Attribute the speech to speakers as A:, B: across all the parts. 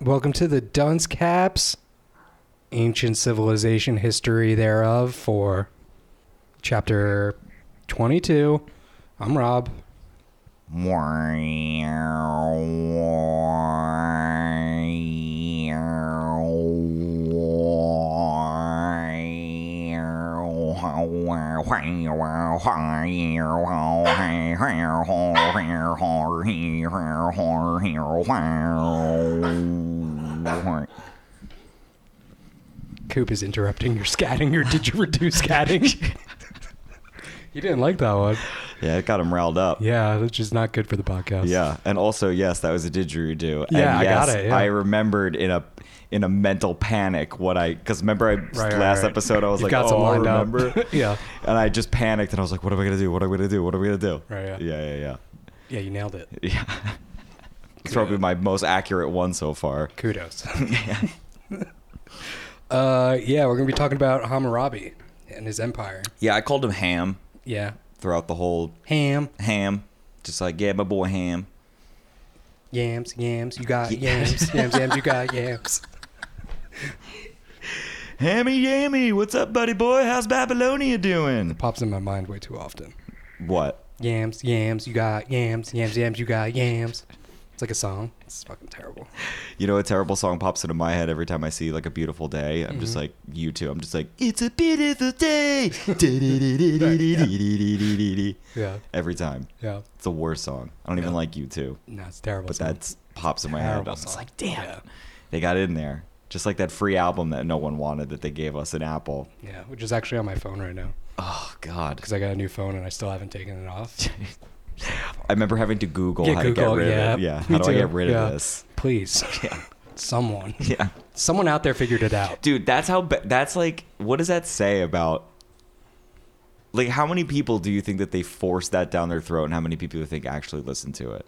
A: Welcome to the Dunce Caps. Ancient Civilization History Thereof for Chapter 22. I'm Rob. Coop is interrupting your scatting, or did you reduce scatting? he didn't like that one.
B: Yeah, it got him riled up.
A: Yeah, which is not good for the podcast.
B: Yeah, and also yes, that was a didgeridoo.
A: Yeah,
B: and
A: I got
B: yes,
A: it, yeah.
B: I remembered in a in a mental panic what I because remember I
A: right,
B: last
A: right.
B: episode I was
A: You've
B: like,
A: got
B: oh,
A: some lined
B: I
A: up."
B: remember,
A: Yeah.
B: and I just panicked and I was like, what am I gonna do? What am I gonna do? What am I gonna do?
A: Right, yeah.
B: yeah, yeah,
A: Yeah, you nailed it.
B: yeah. yeah. it's probably my most accurate one so far.
A: Kudos. uh, yeah, we're going to be talking about Hammurabi and his empire.
B: Yeah, I called him Ham
A: Yeah.
B: throughout the whole
A: Ham,
B: Ham. Just like yeah, my boy Ham.
A: yams, yams, you got
B: Yeah.
A: yams, yams, yams, you got yams.
B: Hammy Yammy, what's up, buddy boy? How's Babylonia doing?
A: Pops in my mind way too often.
B: What?
A: Yams, yams, you got yams, yams, yams, you got yams. It's like a song. It's fucking terrible.
B: You know, a terrible song pops into my head every time I see like a beautiful day. I'm just like you too. I'm just like it's a beautiful day.
A: Yeah,
B: every time,
A: yeah.
B: it's the worst song. I don't even like you too,
A: No, it's terrible.
B: but
A: song.
B: that's pops in my head.
A: Terrible
B: I'm just
A: song.
B: like, damn,
A: Yeah.
B: they got in there. Just like that free album that no one wanted that they gave us an Apple.
A: yeah, which is actually on my phone right now
B: Oh God.
A: because I got a new phone and I still haven't taken it off.
B: I remember having to Google
A: Yeah,
B: how
A: Google,
B: to get rid
A: yeah,
B: of it. Yeah.
A: me
B: How do I
A: too,
B: get rid
A: yeah.
B: of this?
A: Please,
B: Yeah.
A: someone,
B: Yeah.
A: someone out there figured it out.
B: dude that's how ba- that's like what does that say about like how many people do you think that they force that down their throat and how many people you think actually listen to it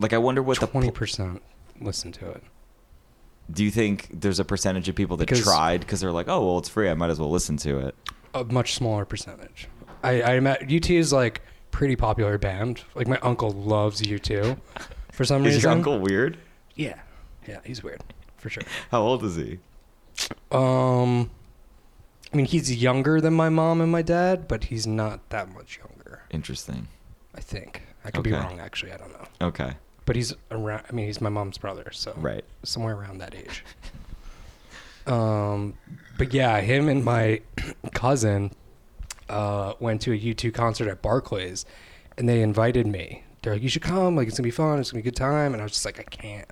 B: like i wonder what the
A: Twenty
B: pl-
A: percent listen to it.
B: do you think there's a percentage of people that
A: Because-
B: tried because they're like oh well it's free i might as well listen to it
A: A much smaller percentage. I, I imagine UT is like pretty popular band. Like my uncle loves U2 for some
B: is
A: reason.
B: your uncle weird
A: Yeah, yeah, he's weird for sure.
B: how old is he
A: Um, I mean, he's younger than my mom and my dad, but he's not that much younger.
B: interesting
A: I think I could be
B: Okay.
A: wrong. Actually, I don't know.
B: okay
A: But he's around. I mean, he's my mom's brother, so
B: right
A: somewhere around that age. Um, but yeah, him and my cousin uh, went to a U2 concert at Barclays, and they invited me. They're like, "You should come. Like, it's gonna be fun. It's gonna be a good time." And I was just like, "I can't."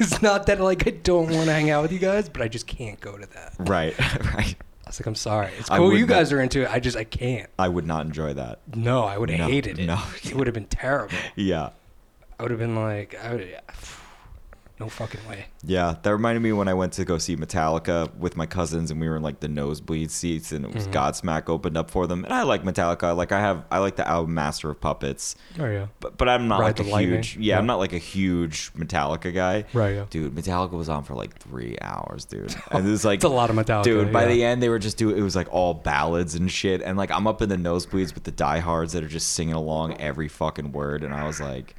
A: it's not that like I don't want to hang out with you guys, but I just can't go to that.
B: right right
A: I was like, "I'm sorry. It's
B: I
A: cool. You
B: wouldn't-
A: guys are into it. I just I can't.
B: i would not enjoy that
A: No, I would have
B: No,
A: hated it.
B: no.
A: It would have been terrible.
B: yeah
A: I would have been like, I would, yeah, no fucking way.
B: Yeah, that reminded me when I went to go see Metallica with my cousins, and we were in like the nosebleed seats, and it was Godsmack opened up for them. And I like Metallica, like I have, I like the album Master of Puppets,
A: Oh yeah.
B: but but I'm not
A: Ride
B: like a
A: the Lightning?
B: huge, yeah, I'm
A: Yeah.
B: not like a huge Metallica guy.
A: Right, yeah.
B: dude, Metallica was on for like three hours, dude, and it was like
A: It's a lot of Metallica.
B: Dude, by
A: yeah.
B: the end they were just doing it was like all ballads and shit, and like I'm up in the nosebleeds with the diehards that are just singing along every fucking word, and I was like,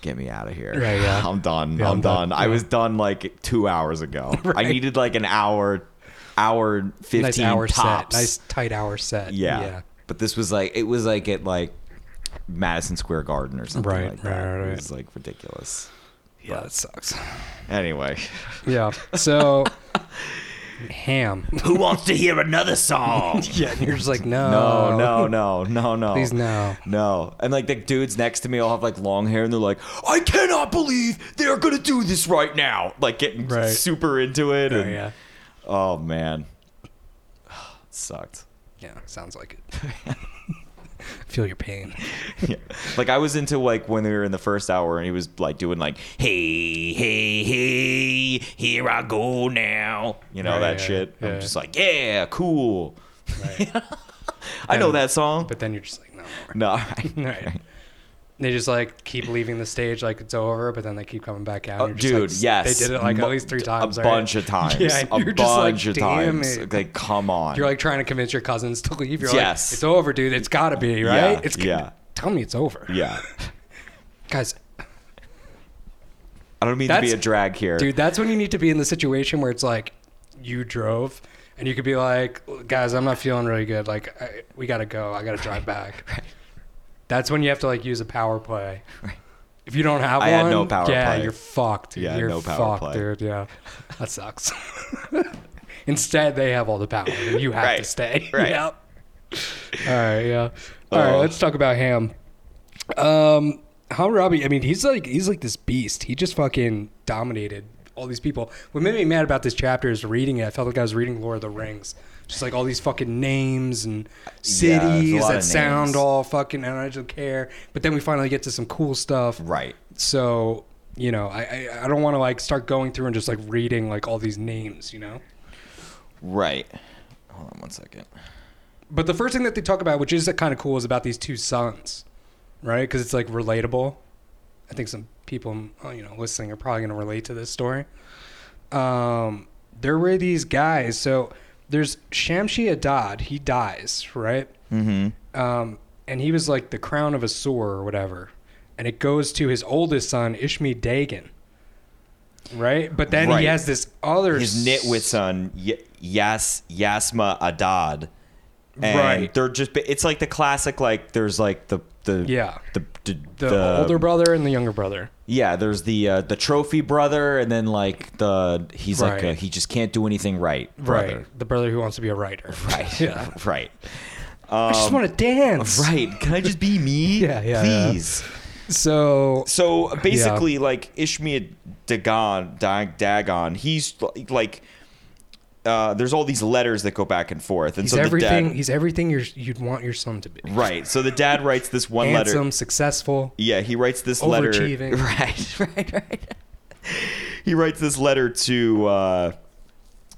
B: "Get me out of here!
A: Right, yeah.
B: I'm done.
A: Yeah,
B: I'm,
A: I'm done.
B: done. I
A: Yeah.
B: was done like two hours ago.
A: Right.
B: I needed like an hour, hour fifteen
A: nice hour
B: tops.
A: set, nice tight hour set.
B: yeah.
A: yeah.
B: but this was like it was like at like Madison Square Garden or something
A: Right,
B: like that.
A: right, right,
B: It
A: right.
B: was like ridiculous.
A: Yeah, that sucks.
B: Anyway,
A: Yeah. So, ham.
B: who wants to hear another song?
A: Yeah, and you're just like,
B: No,
A: no,
B: no, no, no, no.
A: Please, no.
B: No. And like the dudes next to me all have like long hair and they're like, I cannot believe they're gonna do this right now. Like getting
A: Right.
B: super into it.
A: Oh,
B: and-
A: yeah.
B: oh man. Sucked.
A: Yeah, sounds like it. Feel your pain.
B: yeah. Like I was into like when we were in the first hour and he was like doing like, Hey, hey, hey, here I go now. You know,
A: Right,
B: that
A: yeah,
B: shit.
A: yeah.
B: I'm just like, Yeah, cool.
A: Right.
B: I know
A: And-
B: that song.
A: But then you're just like, no more.
B: no, right.
A: Right. They just like keep leaving the stage like it's over, but then they keep coming back out.
B: Oh,
A: and you're just
B: dude,
A: like,
B: yes.
A: They did it like
B: Mu-
A: at least three
B: d-
A: times.
B: A
A: right?
B: bunch of times.
A: Yeah, and
B: a
A: you're just like,
B: bunch of
A: "Damn
B: times.
A: it."
B: Like, come on.
A: You're like trying to convince your cousins to leave. You're
B: Yes.
A: like, it's over, dude. It's got to be, right?
B: Yeah,
A: It's
B: yeah.
A: Tell me it's over.
B: yeah.
A: Guys,
B: I don't mean to
A: That's-
B: be a drag here.
A: Dude, that's when you need to be in the situation where it's like you drove and you could be like, guys, I'm not feeling really good. Like, I, we got to go. I got to drive back.
B: right.
A: That's when you have to like use a power play.
B: Right.
A: If you don't have
B: I
A: one,
B: had no power
A: yeah,
B: play.
A: you're fucked.
B: Yeah,
A: you're
B: no power
A: fucked,
B: play.
A: dude. Yeah, that sucks. Instead, they have all the power, and you have to
B: Right.
A: stay.
B: Right.
A: Yep. All right. Yeah. All right,
B: Oh.
A: Let's talk about Ham. Um, Hammurabi. I mean, he's like he's like this beast. He just fucking dominated all these people. What made me mad about this chapter is reading it. I felt like I was reading Lord of the Rings. Just like all these fucking names and
B: Yeah, there's a
A: cities
B: lot
A: that
B: of
A: sound
B: names.
A: all fucking, and I don't care. But then we finally get to some cool stuff.
B: Right.
A: So you know, I I, I don't want to like start going through and just like reading like all these names. You know.
B: Right. Hold on one second.
A: But the first thing that they talk about, which is kind of cool, is about these two sons, right? Because it's like relatable. I think some people, oh, you know, listening are probably going to relate to this story. Um, there were these guys. So there's Shamshi Adad. He dies, right?
B: Mm-hmm.
A: Um, and he was like the crown of Assur or whatever. And it goes to his oldest son, Ishmi Dagon, right? But then
B: Right.
A: he has this other
B: His nitwit son, y- Yas Yasma Adad. And
A: Right.
B: They're just. It's like the classic. Like there's like the the
A: Yeah.
B: the the,
A: the older brother and the younger brother.
B: Yeah, there's the uh, the trophy brother, and then like the he's like
A: Right.
B: a, he just can't do anything right. Brother.
A: Right. The brother who wants to be a writer.
B: Right.
A: Yeah.
B: Right. Um,
A: I just want to dance.
B: Right. Can I just be me?
A: Yeah, yeah, yeah.
B: Please.
A: So
B: So basically, like Ishmael Dagon, Dag- Dagon, he's like, uh, there's all these letters that go back and forth, and
A: he's
B: so the
A: everything.
B: dad,
A: He's everything you're, you'd want your son to be.
B: right? So the dad writes this one
A: Handsome,
B: letter.
A: successful.
B: Yeah, he writes this letter.
A: Overachieving.
B: Right, right, right. he writes this letter to uh,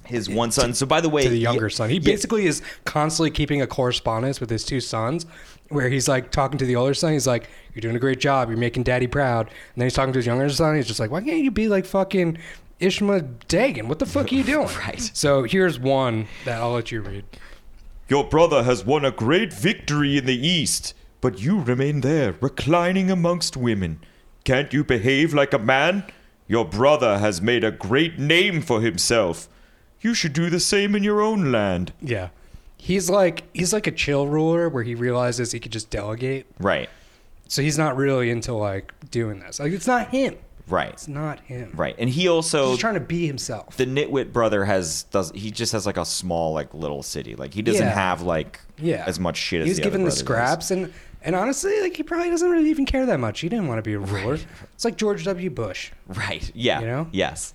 B: his one son. So by the way,
A: To the younger
B: yeah,
A: son, he
B: yeah,
A: basically is constantly keeping a correspondence with his two sons, where he's like talking to the older son. He's like, "You're doing a great job. You're making daddy proud." And then he's talking to his younger son. He's just like, "Why can't you be like fucking Ishma Dagan? What the fuck are you doing?"
B: Right.
A: So here's one that I'll let you read.
B: Your brother has won a great victory in the East, but you remain there, reclining amongst women. Can't you behave like a man? Your brother has made a great name for himself. You should do the same in your own land.
A: Yeah. He's like he's like a chill ruler where he realizes he could just delegate.
B: Right,
A: So he's not really into like doing this. Like it's not him.
B: right,
A: It's not him.
B: right. And he
A: He's
B: also
A: just trying to be himself.
B: the nitwit brother has does he just has like a small like little city. Like he doesn't
A: Yeah.
B: have like
A: yeah.
B: as much shit as
A: He's
B: the other
A: given the
B: brother does.
A: scraps and and honestly, like he probably doesn't really even care that much. He didn't want to be a ruler. It's like George W. Bush.
B: Right. Yeah.
A: You know?
B: Yes.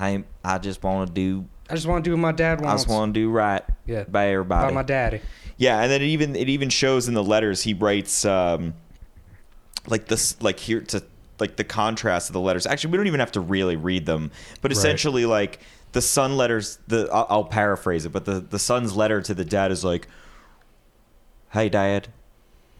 B: I I just want to do
A: I just want to do what my dad
B: I
A: wants.
B: just want to do right
A: Yeah.
B: by everybody.
A: by my daddy.
B: Yeah, and then it even it even shows in the letters he writes um like this like here to like the contrast of the letters. Actually, we don't even have to really read them, but
A: Right.
B: essentially like the son letters the I'll, I'll paraphrase it, but the the son's letter to the dad is like Hey dad,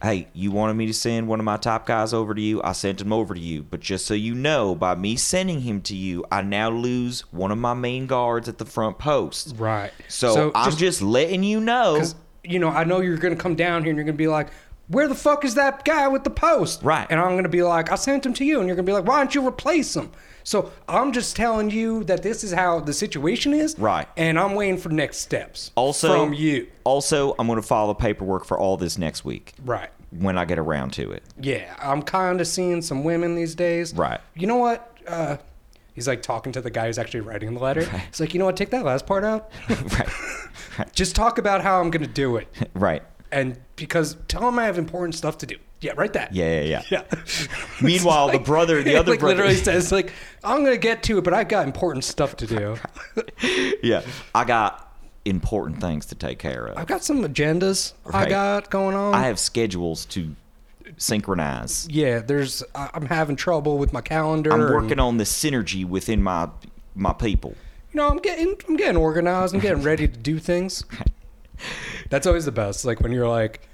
B: hey, you wanted me to send one of my top guys over to you. I sent him over to you, but just so you know, by me sending him to you, I now lose one of my main guards at the front post.
A: Right.
B: So, I'm just, letting you know.
A: Because you know, I know you're gonna come down here and you're gonna be like, "Where the fuck is that guy with the post?"
B: Right.
A: And I'm gonna be like, "I sent him to you," and you're gonna be like, "Why don't you replace him?" So I'm just telling you that this is how the situation is.
B: Right.
A: And I'm waiting for next steps.
B: Also,
A: from you.
B: Also, I'm going to file the paperwork for all this next week
A: Right.
B: when I get around to it.
A: Yeah, I'm kind of seeing some women these days.
B: Right.
A: You know what? Uh, he's like talking to the guy who's actually writing the letter.
B: Right.
A: It's like, you know what? Take that last part out.
B: right, right,
A: just talk about how I'm gonna do it,
B: right.
A: and because tell him I have important stuff to do. Yeah, write that.
B: Yeah, yeah, yeah.
A: Yeah.
B: Meanwhile, the brother- the other
A: like
B: brother-
A: literally says, "Like I'm gonna get to it, but I've got important stuff to do.
B: yeah. I got important things to take care of.
A: I've got some agendas I
B: Right.
A: got going on.
B: I have schedules to synchronize.
A: yeah, there's. I- I'm having trouble with my calendar.
B: I'm
A: and,
B: working on the synergy within my my people.
A: You know, I'm getting. I'm getting organized. I'm getting ready to do things. That's always the best. Like when you're like.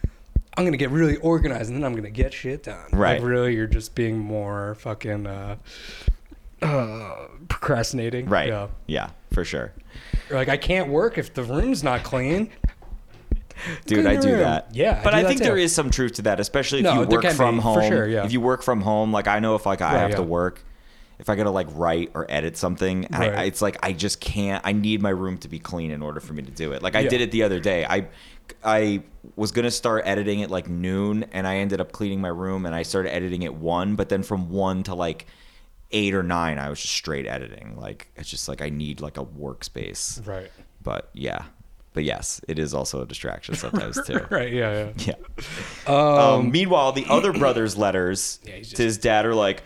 A: I'm gonna get really organized and then I'm gonna get shit done.
B: Right.
A: Like really, you're just being more fucking uh, uh, procrastinating.
B: Right.
A: Yeah.
B: yeah for sure.
A: You're like I can't work if the room's not clean.
B: Dude, I do
A: Goddamn.
B: that.
A: Yeah, I
B: but
A: do
B: I,
A: that
B: think there
A: too.
B: is some truth to that, especially if
A: No,
B: you
A: there
B: work
A: can
B: from
A: be, for
B: home.
A: sure, yeah.
B: If you work from home, like I know if like I
A: Yeah,
B: have
A: yeah.
B: to work if I gotta like write or edit something, and
A: Right.
B: I, I, it's like I just can't. I need my room to be clean in order for me to do it. Like I
A: Yeah.
B: did it the other day. I I was gonna start editing at like noon, and I ended up cleaning my room, and I started editing at one. But then from one to like eight or nine, I was just straight editing. Like it's just like I need like a workspace.
A: Right.
B: But yeah, but yes, it is also a distraction sometimes too.
A: Right. Yeah. Yeah.
B: Yeah. Um, meanwhile, the other brother's letters
A: Yeah, he's just-
B: to his dad are like,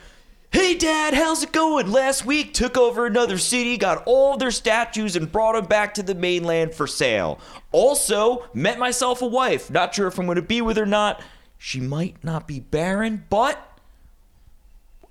B: "Hey, Dad, how's it going? Last week, took over another city, got all their statues, and brought them back to the mainland for sale. Also, met myself a wife. Not sure if I'm going to be with her or not. She might not be barren, but."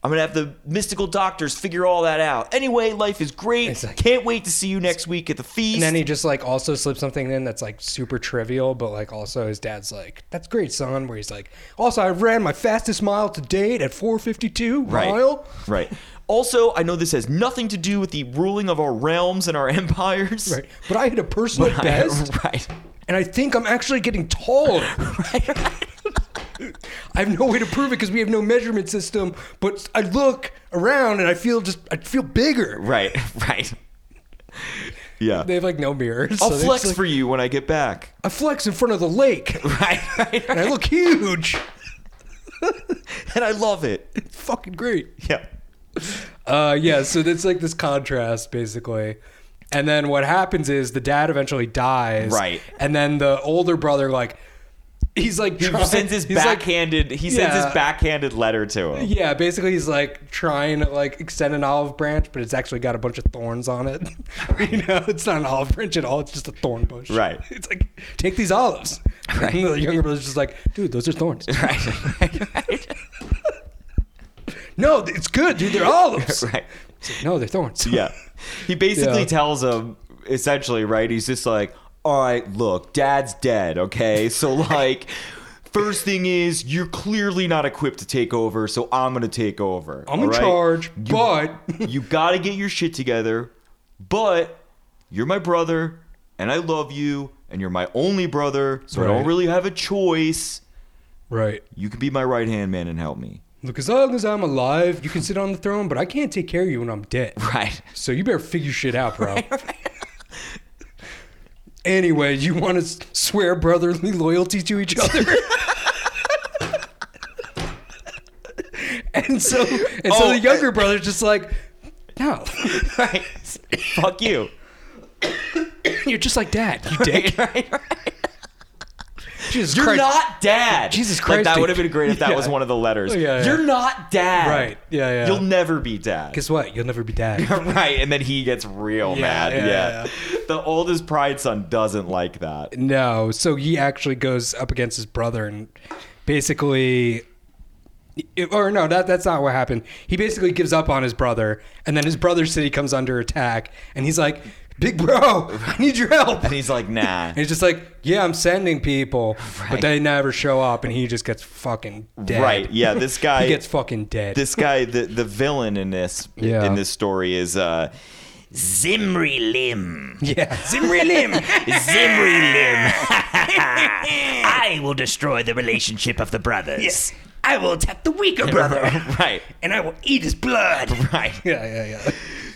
B: I'm gonna have the mystical doctors figure all that out. Anyway, life is great.
A: It's like-
B: Can't wait to see you next week at the feast.
A: And then he just like also slips something in that's like super trivial, but like also his dad's like, "That's great, son." Where he's like, "Also, I ran my fastest mile to date at 4:52
B: Right.
A: mile."
B: Right. Also, I know this has nothing to do with the ruling of our realms and our empires.
A: Right. But I hit a personal
B: But I-
A: best,
B: right.
A: and I think I'm actually getting taller. I have no way to prove it because we have no measurement system. But I look around and I feel just I feel bigger.
B: Right. Right. Yeah.
A: They have like no mirrors.
B: I'll
A: so they're
B: flex
A: just like-
B: for you when I get back.
A: I flex in front of the lake,
B: Right. Right.
A: and I look huge.
B: And I love it.
A: It's fucking great.
B: Yeah.
A: Uh, yeah, so that's like this contrast basically. And then what happens is the dad eventually dies.
B: Right.
A: And then the older brother, like, he's like,
B: He sends his
A: he's like-
B: backhanded. he sends
A: Yeah.
B: his backhanded letter to him.
A: yeah, basically he's like trying to like extend an olive branch, but it's actually got a bunch of thorns on it. you know, it's not an olive branch at all. It's just a thorn bush.
B: Right.
A: It's like, take these olives.
B: Right.
A: And the younger brother's just like, dude, those are thorns.
B: Right. Right.
A: no, it's good, dude. They're olives.
B: right.
A: It's like, no, they're thorns.
B: yeah. He basically
A: Yeah.
B: tells him, essentially, right? He's just like, all right, look, dad's dead, okay? So, like, first thing is, you're clearly not equipped to take over, so I'm going to take over.
A: I'm
B: all
A: in
B: right?
A: charge, but
B: you got to get your shit together, but you're my brother, and I love you, and you're my only brother, so I don't
A: Right.
B: really have a choice.
A: right.
B: You can be my right hand man and help me.
A: Look, as long as I'm alive, you can sit on the throne, but I can't take care of you when I'm dead.
B: Right.
A: So you better figure shit out, bro. anyway, you want to swear brotherly loyalty to each other? and so, and so
B: Oh,
A: the younger brother's just like, no,
B: Right. Fuck you.
A: you're just like dad, you dick.
B: Right, right.
A: Jesus
B: You're
A: Christ.
B: not dad.
A: Jesus
B: Like,
A: Christ,
B: that
A: dude.
B: would have been great if that was
A: Yeah.
B: one of the letters.
A: Oh, yeah, yeah.
B: You're not dad.
A: Right. Yeah, yeah.
B: You'll never be dad.
A: Guess what? You'll never be dad.
B: right. And then he gets real
A: Yeah,
B: mad.
A: yeah,
B: Yeah,
A: yeah,
B: The oldest pride son doesn't like that.
A: No, so he actually goes up against his brother and basically, it- or no, that that's not what happened. He basically gives up on his brother, and then his brother's city comes under attack, and he's like, "Big bro, I need your help."
B: And he's like, nah.
A: And he's just like, "Yeah, I'm sending people, but
B: Right.
A: they never show up," and he just gets fucking dead.
B: Right. Yeah. This guy
A: he gets fucking dead.
B: this guy the the villain in this
A: Yeah.
B: in this story is uh Zimri Lim.
A: yeah, Zimri Lim.
C: Zimri Lim. I will destroy the relationship of the brothers. Yes. I will attack the weaker brother,
B: right.
C: and I will eat his blood.
B: Right.
A: yeah, yeah, yeah.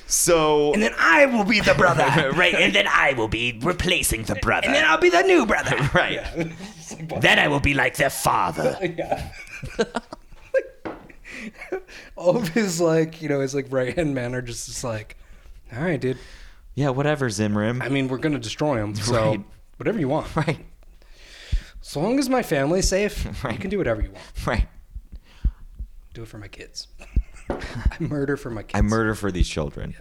B: So
C: And then I will be the brother. right, and then I will be replacing the brother. And then I'll be the new brother.
B: right.
C: Then I will be like their father.
A: Yeah. All of his like, you know, his like right hand men are just, just like, all right, dude.
B: Yeah, whatever, Zimrim.
A: I mean, we're gonna destroy him, so
B: Right.
A: whatever you want.
B: right.
A: So long as my family's safe, you
B: Right.
A: can do whatever you want.
B: Right.
A: Do it for my kids. I murder for my kids.
B: I murder for these children.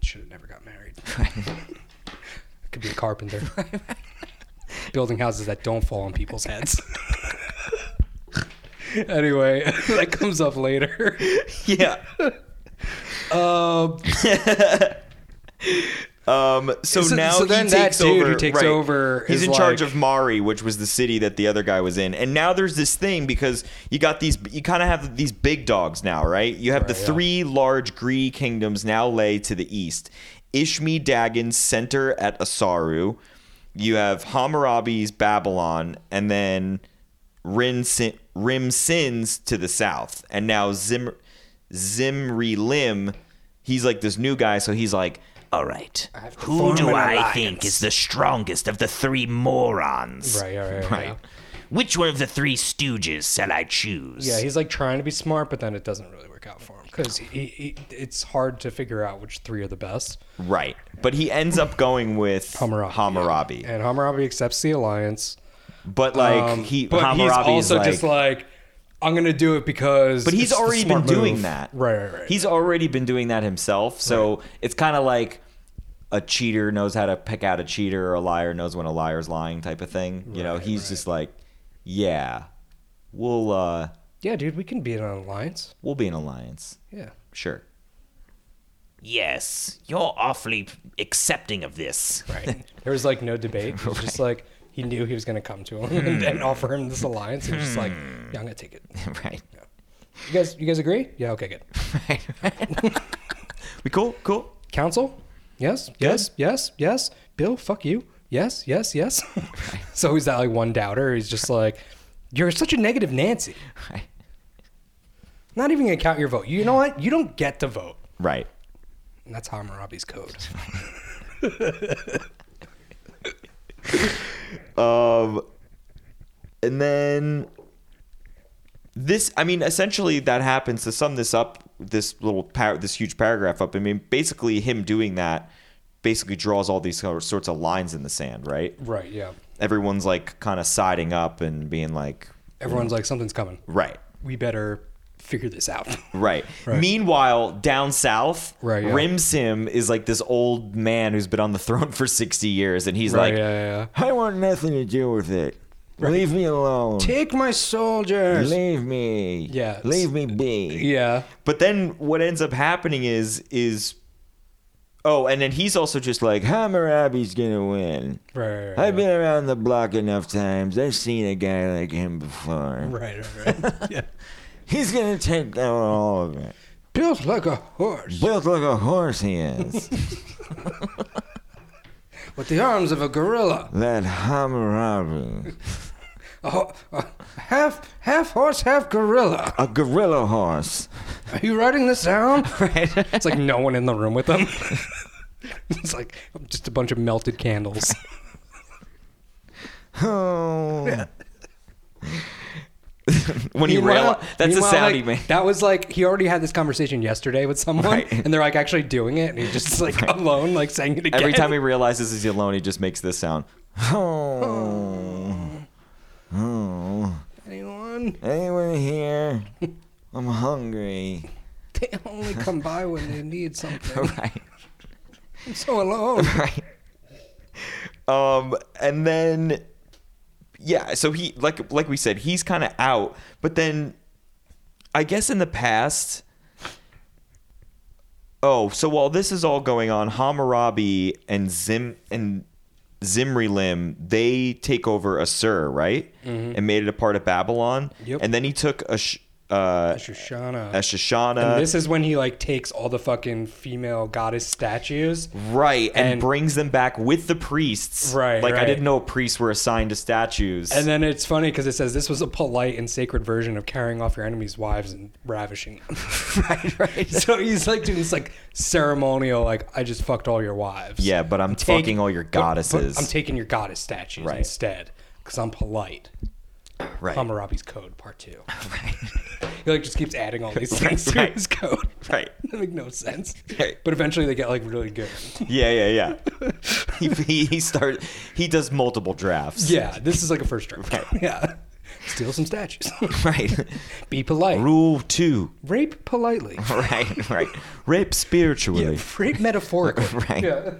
A: Should have never got married. I could be a carpenter. Building houses that don't fall on people's heads. anyway, that comes up later.
B: Yeah.
A: Um,
B: Um, so,
A: So-
B: now
A: so then
B: he
A: that
B: takes
A: dude
B: over.
A: who takes
B: right.
A: over
B: He's
A: is
B: in charge
A: like-
B: of Mari, which was the city that the other guy was in. And now there's this thing because you got these. You kind of have these big dogs now, right? You have the
A: Right, yeah.
B: three large greedy kingdoms now lay to the east. Ishmi Dagon's center at Asaru. You have Hammurabi's Babylon, and then Rin Sin, Rim Sin's to the south. And now Zim, Zimri Lim. He's like this new guy, so he's like, all right,
A: have to
C: Who
A: form
C: do
A: an
C: I
A: alliance.
C: think is the strongest of the three morons?
A: Right, right, right.
B: Right.
A: Yeah.
C: Which one of the three stooges shall I choose?
A: Yeah, he's like trying to be smart, but then it doesn't really work out for him because he, he, it's hard to figure out which three are the best.
B: right. But he ends up going with
A: Hammurabi.
B: Hammurabi.
A: And Hammurabi accepts the alliance.
B: But like
A: um,
B: he,
A: but
B: Hammurabi
A: he's also
B: is like,
A: just like, I'm gonna do it because.
B: But he's
A: it's the
B: already been
A: smart
B: doing
A: move."
B: that.
A: Right, right, right.
B: He's already been doing that himself. So it's kind of like a cheater knows how to pick out a cheater or a liar knows when a liar's lying type of thing. You know, he's just like, yeah, we'll uh
A: yeah, dude, we can be in an alliance.
B: we'll be an alliance.
A: Yeah.
B: Sure.
C: Yes, you're awfully accepting of this.
A: Right. there was like no debate. It was just like he knew he was gonna come to him and, and offer him this alliance. He was just like,
B: Hmm.
A: Yeah, I'm gonna take it.
B: right.
A: You guys you guys agree? Yeah, okay, good.
B: We cool? Cool.
A: Council? Yes, yes, yes, yes. Bill, fuck you. Yes, yes, yes. so he's that like one doubter. He's just like, You're such a negative Nancy.
B: Right.
A: Not even gonna count your vote. You know what? You don't get to vote.
B: Right.
A: And that's Hammurabi's code.
B: Um, and then this, I mean, essentially that happens to sum this up, this little, par- this huge paragraph up. I mean, basically him doing that basically draws all these sor- sorts of lines in the sand, right?
A: Right, yeah.
B: Everyone's like kind of siding up and being like,
A: Everyone's like, something's coming.
B: right,
A: We better figure this out.
B: right. Meanwhile, down south,
A: Right, yeah.
B: Rim Sim is like this old man who's been on the throne for 60 years and he's
A: Right,
B: like,
A: yeah, yeah,
B: I want nothing to do with it. Leave me alone.
A: yeah. Take my soldiers.
B: Leave me.
A: Yeah.
B: Leave me be.
A: yeah.
B: But then what ends up happening is is oh, and then he's also just like Hammurabi's gonna win.
A: Right, right, right.
D: I've been around the block enough times. I've seen a guy like him before.
A: Right, right, right. yeah.
D: He's gonna take down all of it.
A: Built like a horse
D: Built like a horse, he is.
A: with the arms of a gorilla.
D: that Hammurabi,
A: A, ho- a Oh, uh, half half horse, half gorilla.
D: a gorilla horse.
A: Are you writing this down? Right. It's like no one in the room with them. it's like just a bunch of melted candles.
D: Oh,
B: When he
A: Meanwhile-
B: rail that's a
A: meanwhile,
B: sound he
A: like,
B: made.
A: That was like he already had this conversation yesterday with someone,
B: Right.
A: and they're like actually doing it, and he's just like alone, like saying it again.
B: Every time he realizes he's alone, he just makes this sound.
D: oh, oh.
A: anyone,
D: Anyone here? I'm hungry.
A: they only come by when they need something.
B: Right.
A: I'm so alone.
B: Right. Um, and then yeah, so he like like we said, he's kind of out, but then I guess in the past Oh, so while this is all going on, Hammurabi and Zim and Zimri Lim, they take over Assur, right? And made it a part of Babylon.
A: Mm-hmm. Yep.
B: And then he took a sh- uh,
A: Shoshana.
B: a Shoshana,
A: and this is when he like takes all the fucking female goddess statues.
B: right, and,
A: and-
B: brings them back with the priests.
A: Right,
B: Like I
A: right.
B: didn't know priests were assigned to statues.
A: And then it's funny because it says this was a polite and sacred version of carrying off your enemies' wives and ravishing them. right, right. So he's like doing this like ceremonial, like I just fucked all your wives.
B: Yeah, but I'm
A: Take-
B: fucking all your
A: but- but
B: goddesses.
A: I'm taking your goddess statues
B: Right.
A: instead because I'm polite.
B: right.
A: Hammurabi's code part two. he like just keeps adding all these things to
B: right.
A: his code.
B: Right.
A: that make no sense.
B: Right.
A: But eventually they get like really good.
B: Yeah, yeah, yeah. he, he, he start he does multiple drafts.
A: Yeah, this is like a first draft. Yeah. Steal some statues.
B: Right.
A: Be polite.
B: Rule two.
A: Rape politely.
B: Right, right. Rape spiritually.
A: Rape metaphorically.
B: Right.
A: Yeah.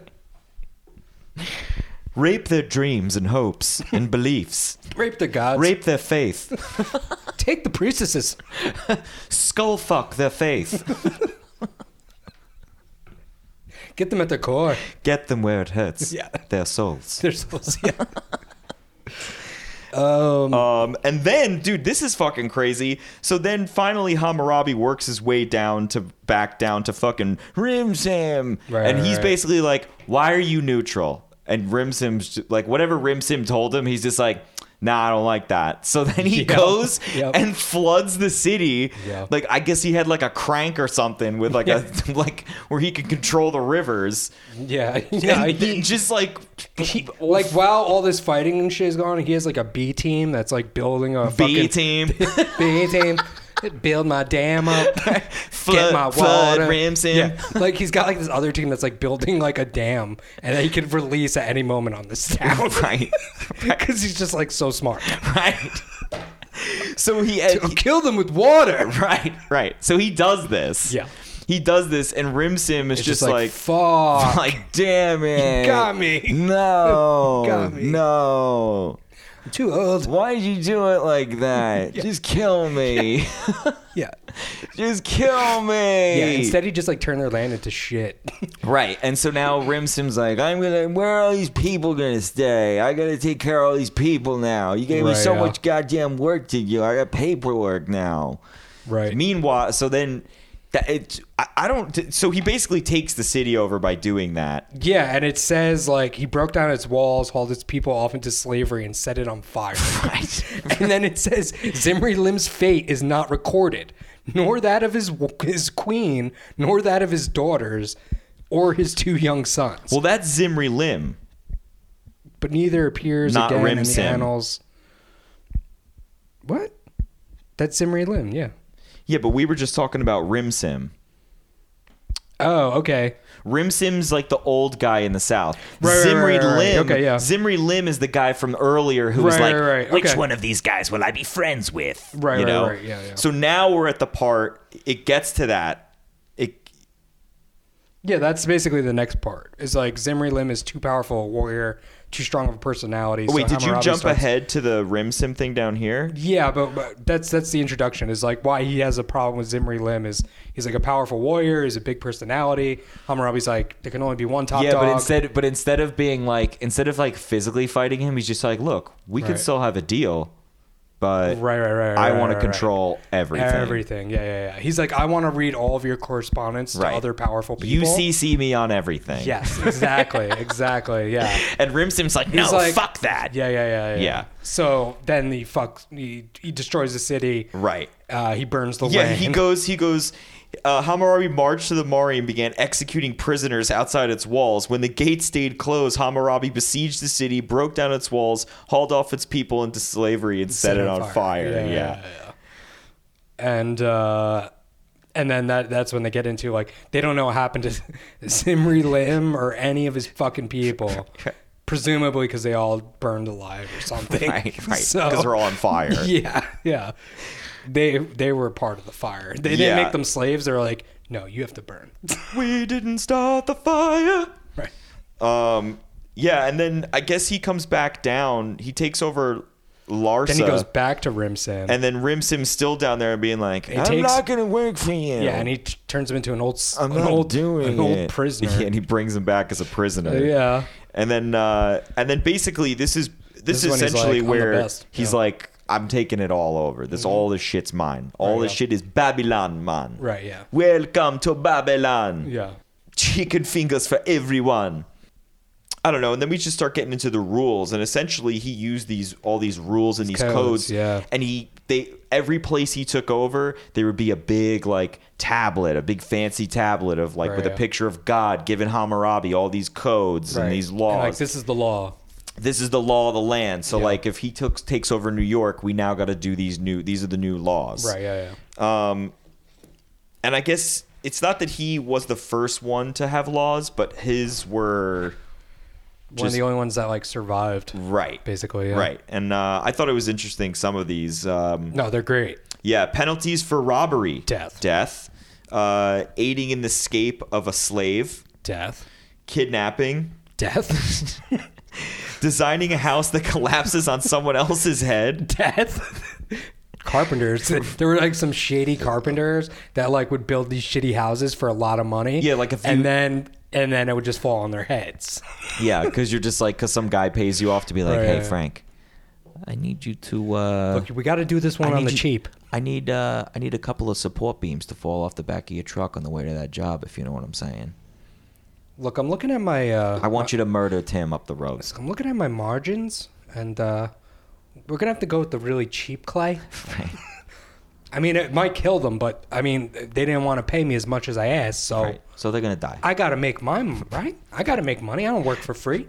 B: Rape their dreams and hopes and beliefs.
A: Rape the gods.
B: Rape their faith.
A: Take the priestesses.
B: Skull fuck their faith.
A: Get them at the core.
B: Get them where it hurts.
A: Yeah.
B: Their souls.
A: They're so yeah. Um,
B: Um, and then, dude, this is fucking crazy. So then, finally, Hammurabi works his way down to back down to fucking Rim Sim,
A: Right,
B: and
A: right,
B: he's
A: right.
B: basically like, "Why are you neutral?" And Rim Sim's j- like, whatever Rim Sim told him, he's just like, nah, I don't like that. So then he
A: Yeah.
B: goes
A: Yep.
B: and floods the city.
A: Yeah.
B: Like I guess he had like a crank or something with like a like where he could control the rivers.
A: Yeah, yeah.
B: and then
A: He,
B: just like
A: he- like while all this fighting and shit is going, on, he has like a B team that's like building a
B: B
A: fucking
B: team
A: B team. Build my dam up.
B: flood,
A: my water.
B: flood rims in.
A: Yeah, like he's got like this other team that's like building like a dam, and that he could release at any moment on this town
B: right,
A: because he's just like so smart.
B: right. So he, uh, he
A: Kill them with water.
B: right, right. So he does this.
A: Yeah.
B: he does this, and Rim Sim is
A: It's
B: just, like
A: fuck.
B: like damn it
A: got me.
B: no
A: Got me.
B: no
A: I'm too old.
B: why did you do it like that just kill me
A: Yeah.
B: just kill me
A: Yeah. Instead, he just like turned their land into shit.
B: right and so now rim sim's like i'm gonna
D: Where are all these people gonna stay? I gotta take care of all these people now. You gave me
A: Right,
D: so
A: yeah.
D: much goddamn work to do. I got paperwork now.
A: right.
B: meanwhile so then that it I, I don't so he basically takes the city over by doing that
A: Yeah, and it says like he broke down its walls, hauled its people off into slavery, and set it on fire. Right. and then it says Zimri Lim's fate is not recorded, nor that of his his queen, nor that of his daughters, or his two young sons.
B: well that's zimri lim
A: but neither appears
B: Not
A: again in the
B: Rimsim.
A: annals. What? That's Zimri Lim. Yeah.
B: yeah but we were just talking about rim sim
A: Oh, okay.
B: Rim Sim's like the old guy in the South.
A: Right, right,
B: Zimri
A: right, right, right.
B: Lim,
A: Okay, yeah.
B: Zimri Lim is the guy from earlier who was
A: Right,
B: like,
A: right, right.
C: Which
A: okay.
C: one of these guys will I be friends with?
A: Right,
B: you
A: right,
B: know.
A: right. Yeah, yeah.
B: So now we're at the part it gets to that. It
A: Yeah, that's basically the next part. It's like Zimri Lim is too powerful a warrior, too strong of a personality.
B: wait,
A: so
B: did you
A: Hammurabi
B: jump
A: starts-
B: ahead to the Rim Sim thing down here?
A: Yeah, but, but that's that's the introduction. Is like why he has a problem with Zimri Lim is he's like a powerful warrior, he's a big personality. Hammurabi's like there can only be one top
B: Yeah,
A: dog.
B: but instead, but instead of being like, instead of like physically fighting him, he's just like, look, we can
A: Right.
B: still have a deal, but
A: Right, right, right, right,
B: I
A: right,
B: want
A: right,
B: to
A: right.
B: control everything.
A: everything. Yeah, yeah, yeah. He's like I want to read all of your correspondence
B: Right.
A: to other powerful
B: You
A: people.
B: CC me on everything.
A: Yes, exactly, exactly. Yeah.
B: And Rim Sim's like, no,
A: He's like-
B: fuck that.
A: Yeah, yeah, yeah, yeah.
B: Yeah.
A: So then he fucks. He, he destroys the city.
B: Right.
A: Uh, he burns the
B: Yeah,
A: land.
B: he goes. He goes. Uh, Hammurabi marched to the Mari and began executing prisoners outside its walls. When the gates stayed closed, Hammurabi besieged the city, broke down its walls, hauled off its people into slavery, and set, it on fire. Yeah,
A: And uh, and then that that's when they get into like they don't know what happened to Zimri Lim or any of his fucking people. Presumably because they all burned alive or something.
B: right, right.
A: So-
B: Because we're all on fire.
A: Yeah, yeah. They they were part of the fire. They didn't
B: Yeah.
A: make them slaves. They were like, no, you have to burn.
B: We didn't start the fire.
A: right.
B: Um. Yeah, and then I guess he comes back down. He takes over Larsa,
A: Then he goes back to Rimsan.
B: and then Rimsim's still down there and being like,
A: It
D: I'm
A: takes-
D: not gonna work for you.
A: Yeah, and he t- turns him into an old, s-
D: I'm
A: an
D: not
A: old,
D: doing
A: an old
D: it.
A: prisoner.
B: Yeah, and he brings him back as a prisoner.
A: Yeah.
B: and then uh, and then basically this is this,
A: This is when
B: is
A: he's
B: essentially
A: like, "I'm the
B: where
A: best."
B: he's
A: Yeah. Mm-hmm.
B: like, I'm taking it all over. This all this shit's mine. All
A: Right,
B: this
A: yeah.
B: shit is Babylon, man.
A: Right. Yeah.
B: Welcome to Babylon.
A: Yeah.
B: Chicken fingers for everyone. I don't know, and then we just start getting into the rules, and essentially he used these all these rules and these
A: codes,
B: codes,
A: yeah.
B: and he they every place he took over there would be a big like tablet, a big fancy tablet of like with
A: Right.
B: a picture of God giving Hammurabi all these codes
A: Right.
B: and these
A: like
B: laws.
A: this is the law.
B: this is the law of the land. So like if he took takes over New York, we now got to do these new these are the new laws.
A: Right. Yeah. Yeah.
B: And I guess it's not that he was the first one to have laws, but his were
A: One of
B: just-
A: the only ones that like survived.
B: right.
A: Basically. Yeah.
B: Right. And uh, I thought it was interesting some of these um,
A: No, they're great.
B: yeah, penalties for robbery,
A: Death.
B: death, uh, aiding in the escape of a slave,
A: Death.
B: kidnapping,
A: Death.
B: designing a house that collapses on someone else's head.
A: Death. Carpenters. There were like some shady carpenters that like would build these shitty houses for a lot of money.
B: Yeah, like if you-
A: and then and then it would just fall on their heads.
B: Yeah, because you're just like, because some guy pays you off to be like,
A: Right,
B: hey,
A: right.
B: Frank,
D: I need you to uh
A: Look, we got to do this one
D: I
A: on
D: need
A: the
D: you-
A: cheap.
D: I need uh I need a couple of support beams to fall off the back of your truck on the way to that job, if you know what I'm saying.
A: Look, I'm looking at my. Uh,
B: I want you to murder Tim up the road.
A: I'm looking at my margins, and uh, We're gonna have to go with the really cheap clay. I mean, it might kill them, but I mean, they didn't want to pay me as much as I asked, so
B: Right.
D: So they're gonna die.
A: Oh. I gotta make my m- right. I gotta make money. I don't work for free.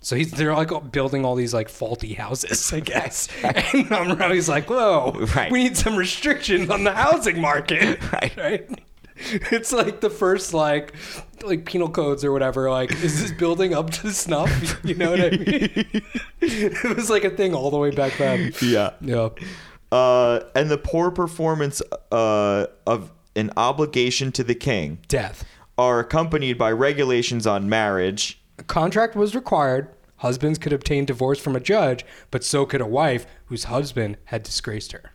A: So he's they're like building all these like faulty houses, I guess. And I'm always like, whoa,
B: Right.
A: we need some restrictions on the housing market,
B: Right.
A: Right. It's like the first like like penal codes or whatever. Like, is this building up to snuff? You know what I mean? it was like a thing all the way back then.
B: Yeah.
A: Yeah.
B: Uh, and the poor performance uh, of an obligation to the king
A: Death.
B: are accompanied by regulations on marriage.
A: A contract was required. Husbands could obtain divorce from a judge, but so could a wife whose husband had disgraced her.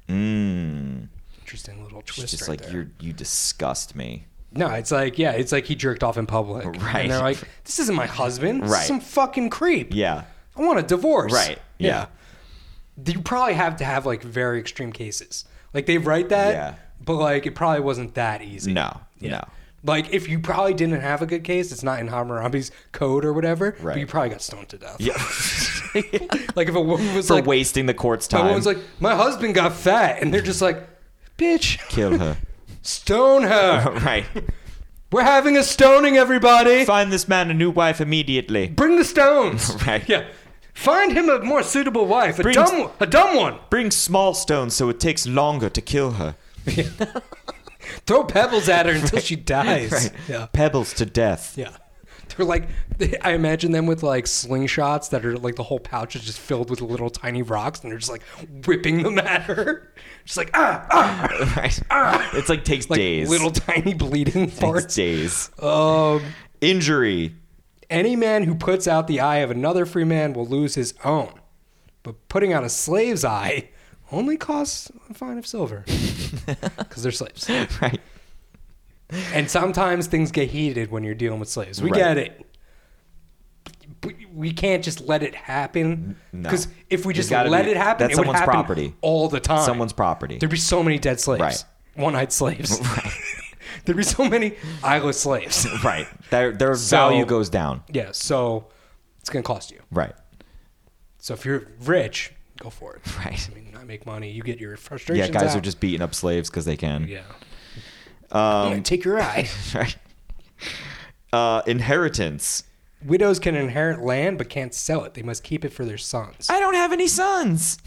A: Interesting little twist.
B: Mm. It's just
A: right
B: like
A: there.
B: you you disgust me.
A: No, it's like yeah, it's like he jerked off in public.
B: Right.
A: And they're like, this isn't my husband. This is
B: Right.
A: some fucking creep.
B: Yeah.
A: I want a divorce.
B: Right, yeah.
A: You probably have to have like very extreme cases. Like they write that,
B: Yeah.
A: but like it probably wasn't that easy.
B: No. No.
A: Like if you probably didn't have a good case, it's not in Hammurabi's code or whatever. But
B: Right.
A: you probably got stoned to death.
B: Yeah.
A: Like if a woman was
B: For
A: like,
B: wasting the court's
A: a
B: time.
A: woman's like, my husband got fat, and they're just like, bitch,
B: kill her.
A: stone her.
B: right.
A: We're having a stoning, everybody.
B: Find this man a new wife immediately.
A: Bring the stones.
B: Right.
A: Yeah. Find him a more suitable wife. A
B: Brings-
A: dumb, a dumb one.
B: Bring small stones so it takes longer to kill her.
A: Throw pebbles at her until she dies.
B: Right.
A: Yeah.
B: Pebbles to death.
A: Yeah. They're like, they, I imagine them with like slingshots that are like the whole pouch is just filled with little tiny rocks, and they're just like whipping them at her. Just like ah, ah,
B: Right. It's like takes
A: like
B: days.
A: little tiny bleeding
B: takes
A: parts.
B: days.
A: Um,
B: Injury.
A: Any man who puts out the eye of another free man will lose his own. But putting out a slave's eye only costs a fine of silver because they're slaves.
B: Right.
A: And sometimes things get heated when you're dealing with slaves. We
B: Right.
A: get it. But we can't just let it happen
B: No.
A: because if we just
B: gotta
A: let
B: be-
A: it happen,
B: that's
A: it would
B: someone's
A: happen
B: property.
A: all the time.
B: Someone's property.
A: There'd be so many dead slaves,
B: Right.
A: one-eyed slaves. There'd be so many eyeless slaves.
B: Right. Their their
A: So-
B: value goes down.
A: Yeah, so it's gonna cost you.
B: Right.
A: So if you're rich, go for it.
B: Right.
A: I mean, I make money. You get your
B: Yeah,
A: frustrations.
B: guys
A: out.
B: are just Um, beating up slaves because they can.
A: yeah. I'm gonna take your eye.
B: Right. Uh, inheritance.
A: Widows can inherit land but can't sell it. They must keep it for their sons.
B: I don't have any sons.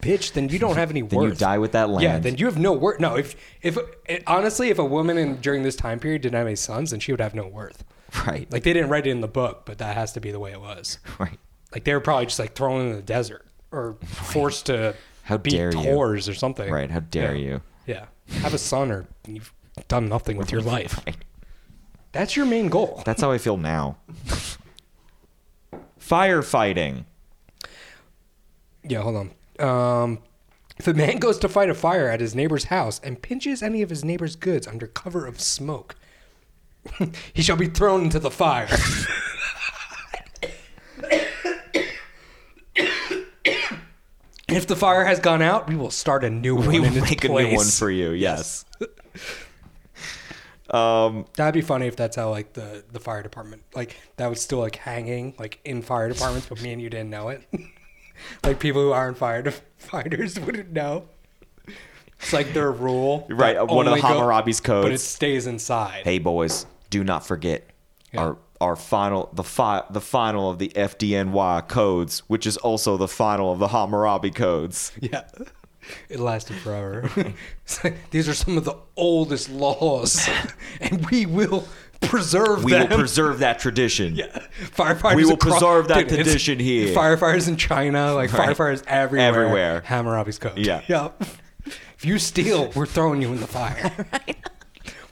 A: Bitch, then you don't have any worth.
B: Then you die with that land.
A: Yeah, then you have no worth. No, if if it, honestly, if a woman in during this time period didn't have any sons, then she would have no worth.
B: Right.
A: Like they didn't write it in the book, but that has to be the way it was.
B: Right.
A: Like they were probably just like thrown in the desert or forced to
B: How
A: be
B: dare you.
A: whores or something.
B: Right. How dare
A: Yeah.
B: you?
A: Yeah. Have a son or you've done nothing with your life. That's your main goal.
B: That's how I feel now. Firefighting.
A: Yeah, hold on. Um, if a man goes to fight a fire at his neighbor's house and pinches any of his neighbor's goods under cover of smoke, he shall be thrown into the fire. if the fire has gone out, we will start a new one.
B: We will
A: in its
B: make a
A: place.
B: new one for you. Yes. um.
A: That'd be funny if that's how like the the fire department like that was still like hanging like in fire departments, but me and you didn't know it. like people who aren't fire de- fighters wouldn't know. It's like their rule, that
B: Right, one of the
A: only go-
B: Hammurabi's
A: but it
B: codes.
A: stays inside.
B: Hey, boys. Do not forget
A: Yeah.
B: our our final the fi- the final of the FDNY codes, which is also the final of the Hammurabi codes.
A: Yeah, it lasted forever. It's like, These are some of the oldest laws, and we will preserve
B: We
A: them.
B: will preserve that tradition.
A: Yeah. Firefighters.
B: We will
A: across-
B: preserve that
A: it's-
B: tradition here.
A: Firefighters in China, like
B: Right.
A: firefighters everywhere.
B: Everywhere.
A: Hammurabi's code.
B: Yeah.
A: Yep. If you steal, we're throwing you in the fire.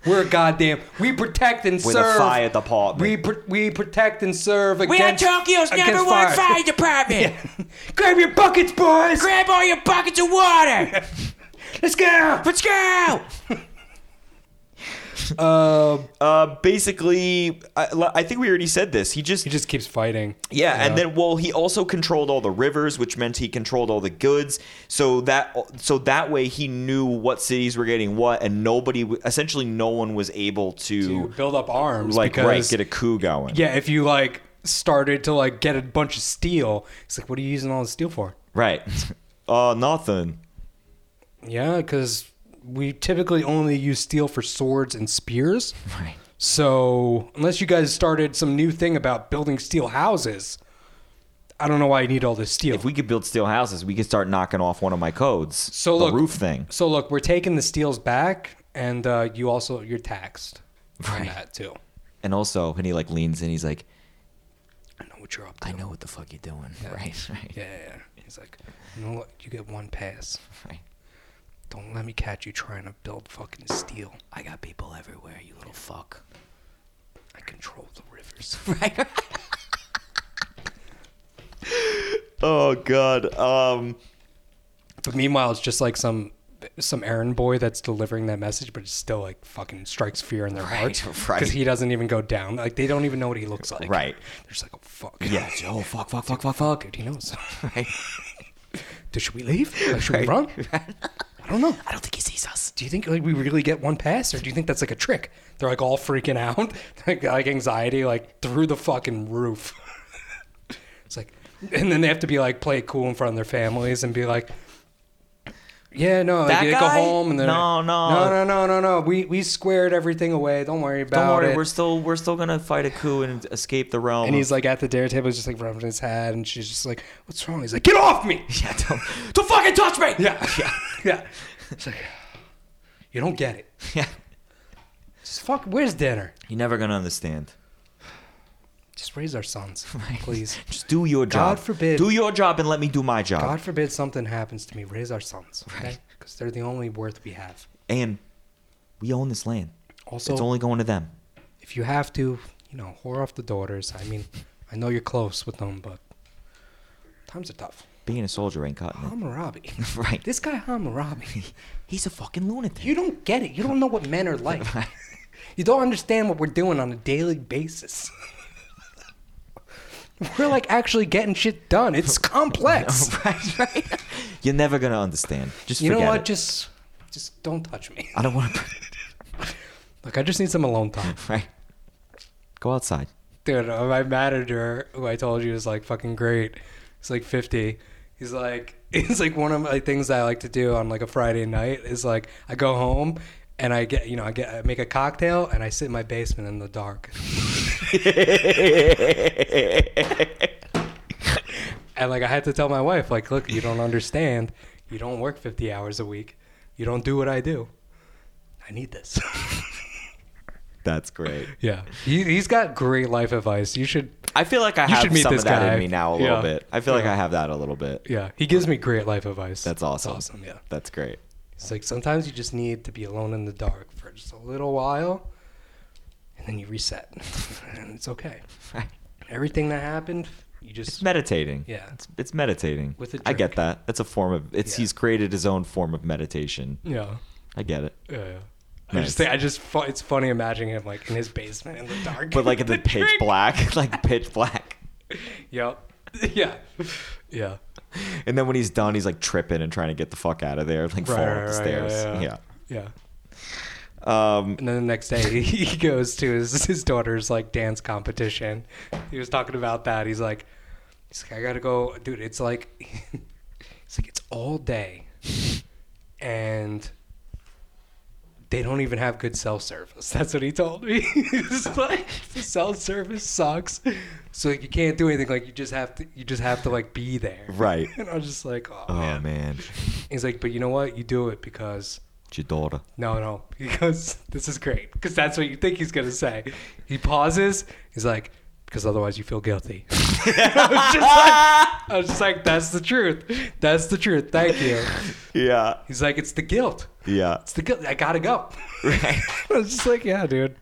A: We're a goddamn. We protect and
B: With
A: serve.
B: a fire department.
A: We pr- we protect and serve
C: We are
A: against.
C: Tokyo's
A: against
C: number one
A: fire.
C: fire department.
A: Grab your buckets, boys.
C: Grab all your buckets of water.
A: Let's go.
C: Let's go.
A: Um,
B: Uh, basically, I, I think we already said this. He just,
A: he just keeps fighting.
B: yeah, and then well, he also controlled all the rivers, which meant he controlled all the goods. So that so that way he knew what cities were getting what, and nobody, w- essentially, no one was able
A: You
B: to,
A: build up arms
B: like
A: because
B: right get a coup going.
A: Yeah, if you like started to like get a bunch of steel, it's like, what are you using all the steel for?
B: Right. Uh, nothing.
A: Yeah, because we typically only use steel for swords and spears.
D: Right.
A: So unless you guys started some new thing about building steel houses, I don't know why you need all this steel.
B: If we could build steel houses, we could start knocking off one of my codes.
A: So
B: the
A: look-
B: roof thing.
A: so look, we're taking the steels back, and uh, you also you're taxed on that too.
B: And also, and he like leans in. He's like,
A: I know what you're up to.
D: I know what the fuck you're doing. Right. Right.
A: Yeah, yeah, yeah. He's like, you know what? You get one pass.
D: Right.
A: Don't let me catch you trying to build fucking steel.
D: I got people everywhere. You little fuck.
A: I control the rivers.
D: Right.
B: "Oh God." Um.
A: But meanwhile, it's just like some some errand boy that's delivering that message, but it still like fucking strikes fear in their heart
B: right.
A: because he doesn't even go down. Like they don't even know what he looks like.
B: Right.
A: They're just like, oh fuck.
B: Yeah.
D: oh fuck! Fuck! Fuck! Fuck! Fuck!
A: Dude, he knows.
D: Right.
A: Dude, should we leave? Or should we run? I don't know.
D: I don't think he sees us.
A: Do you think like we really get one pass, or do you think that's like a trick? They're like all freaking out, like, like anxiety, like through the fucking roof. it's like, and then they have to be like play it cool in front of their families and be like, yeah, no, like,
B: That
A: they go
B: guy?
A: home and they're
B: No, no.
A: no, no, no, no, no. We we squared everything away. Don't worry about
B: Don't worry.
A: it.
B: We're still we're still gonna fight a coup and escape the realm.
A: and he's like at the dinner table, just like rubbing his head, and she's just like, "What's wrong?" He's like, "Get off me!"
D: Yeah. Don't, don't fucking touch me.
A: Yeah, yeah, yeah. It's like, you don't get it.
B: Yeah.
A: Just fuck. Where's dinner?
B: You're never gonna understand.
A: Just raise our sons, please.
B: Just do your job.
A: God forbid.
B: Do your job and let me do my job.
A: God forbid something happens to me. Raise our sons, okay? Because they're the only worth we have.
B: And we own this land.
A: Also,
B: it's only going to them.
A: if you have to, you know, whore off the daughters. I mean, I know you're close with them, but times are tough.
B: Being a soldier ain't cutting it.
A: Hammurabi.
B: Right.
A: This guy Hammurabi.
D: He's a fucking lunatic.
A: You don't get it. You don't know what men are like. You don't understand what we're doing on a daily basis. We're like actually getting shit done. It's complex.
B: right, right. You're never gonna understand. Just
A: You know
B: forget
A: what?
B: it.
A: Just just don't touch me.
B: I don't want to.
A: Look, I just need some alone time.
B: right. Go outside.
A: dude, uh, my manager, who I told you is like fucking great. He's like fifty. He's like, it's like one of my things that I like to do on like a Friday night is like I go home and I get, you know, I get, I make a cocktail and I sit in my basement in the dark and like I had to tell my wife, like, look, you don't understand. You don't work fifty hours a week. You don't do what I do. I need this.
B: That's great.
A: yeah, he, he's got great life advice. You should
B: I feel like I
A: You should
B: have
A: meet
B: some
A: this
B: of that
A: guy.
B: in me now a
A: Yeah.
B: little bit. I feel like I have that a little bit.
A: Yeah, he gives me great life advice.
B: That's
A: It's
B: awesome.
A: awesome, yeah.
B: That's great.
A: It's like sometimes you just need to be alone in the dark for just a little while, and then you reset, and it's okay.
B: Right.
A: Everything that happened, you
B: It's
A: just
B: meditating.
A: Yeah.
B: It's, it's meditating.
A: With a
B: I
A: drink.
B: get that. That's a form of it's
A: Yeah.
B: he's created his own form of meditation.
A: yeah,
B: I get it.
A: yeah. yeah. I
B: Nice.
A: just think I just fu- it's funny imagining him like in his basement in the dark,
B: But like in the
A: with a
B: pitch
A: drink.
B: black, like pitch black.
A: Yep. Yeah. Yeah.
B: And then when he's done, he's like tripping and trying to get the fuck out of there, like
A: Right,
B: falling
A: right,
B: up the
A: right, yeah,
B: stairs.
A: yeah. Yeah.
B: yeah. Um,
A: And then the next day, he goes to his, his daughter's like dance competition. He was talking about that. He's like, he's like, I gotta go, dude. It's like, it's like it's all day, and they don't even have good cell service. That's what he told me. He's like, the cell service sucks, so like, you can't do anything. Like you just have to, you just have to like be there.
B: right.
A: And I was just like, oh,
B: Oh
A: man.
B: man,
A: He's like, but you know what? You do it because
B: it's your daughter.
A: no, no. He goes, this is great. Because that's what you think he's going to say. He pauses. He's like, because otherwise you feel guilty. I, was just like, I was just like, that's the truth. That's the truth. Thank you.
B: Yeah,
A: He's like, it's the guilt.
B: yeah.
A: It's the guilt. I got to go. I was just like, yeah, dude.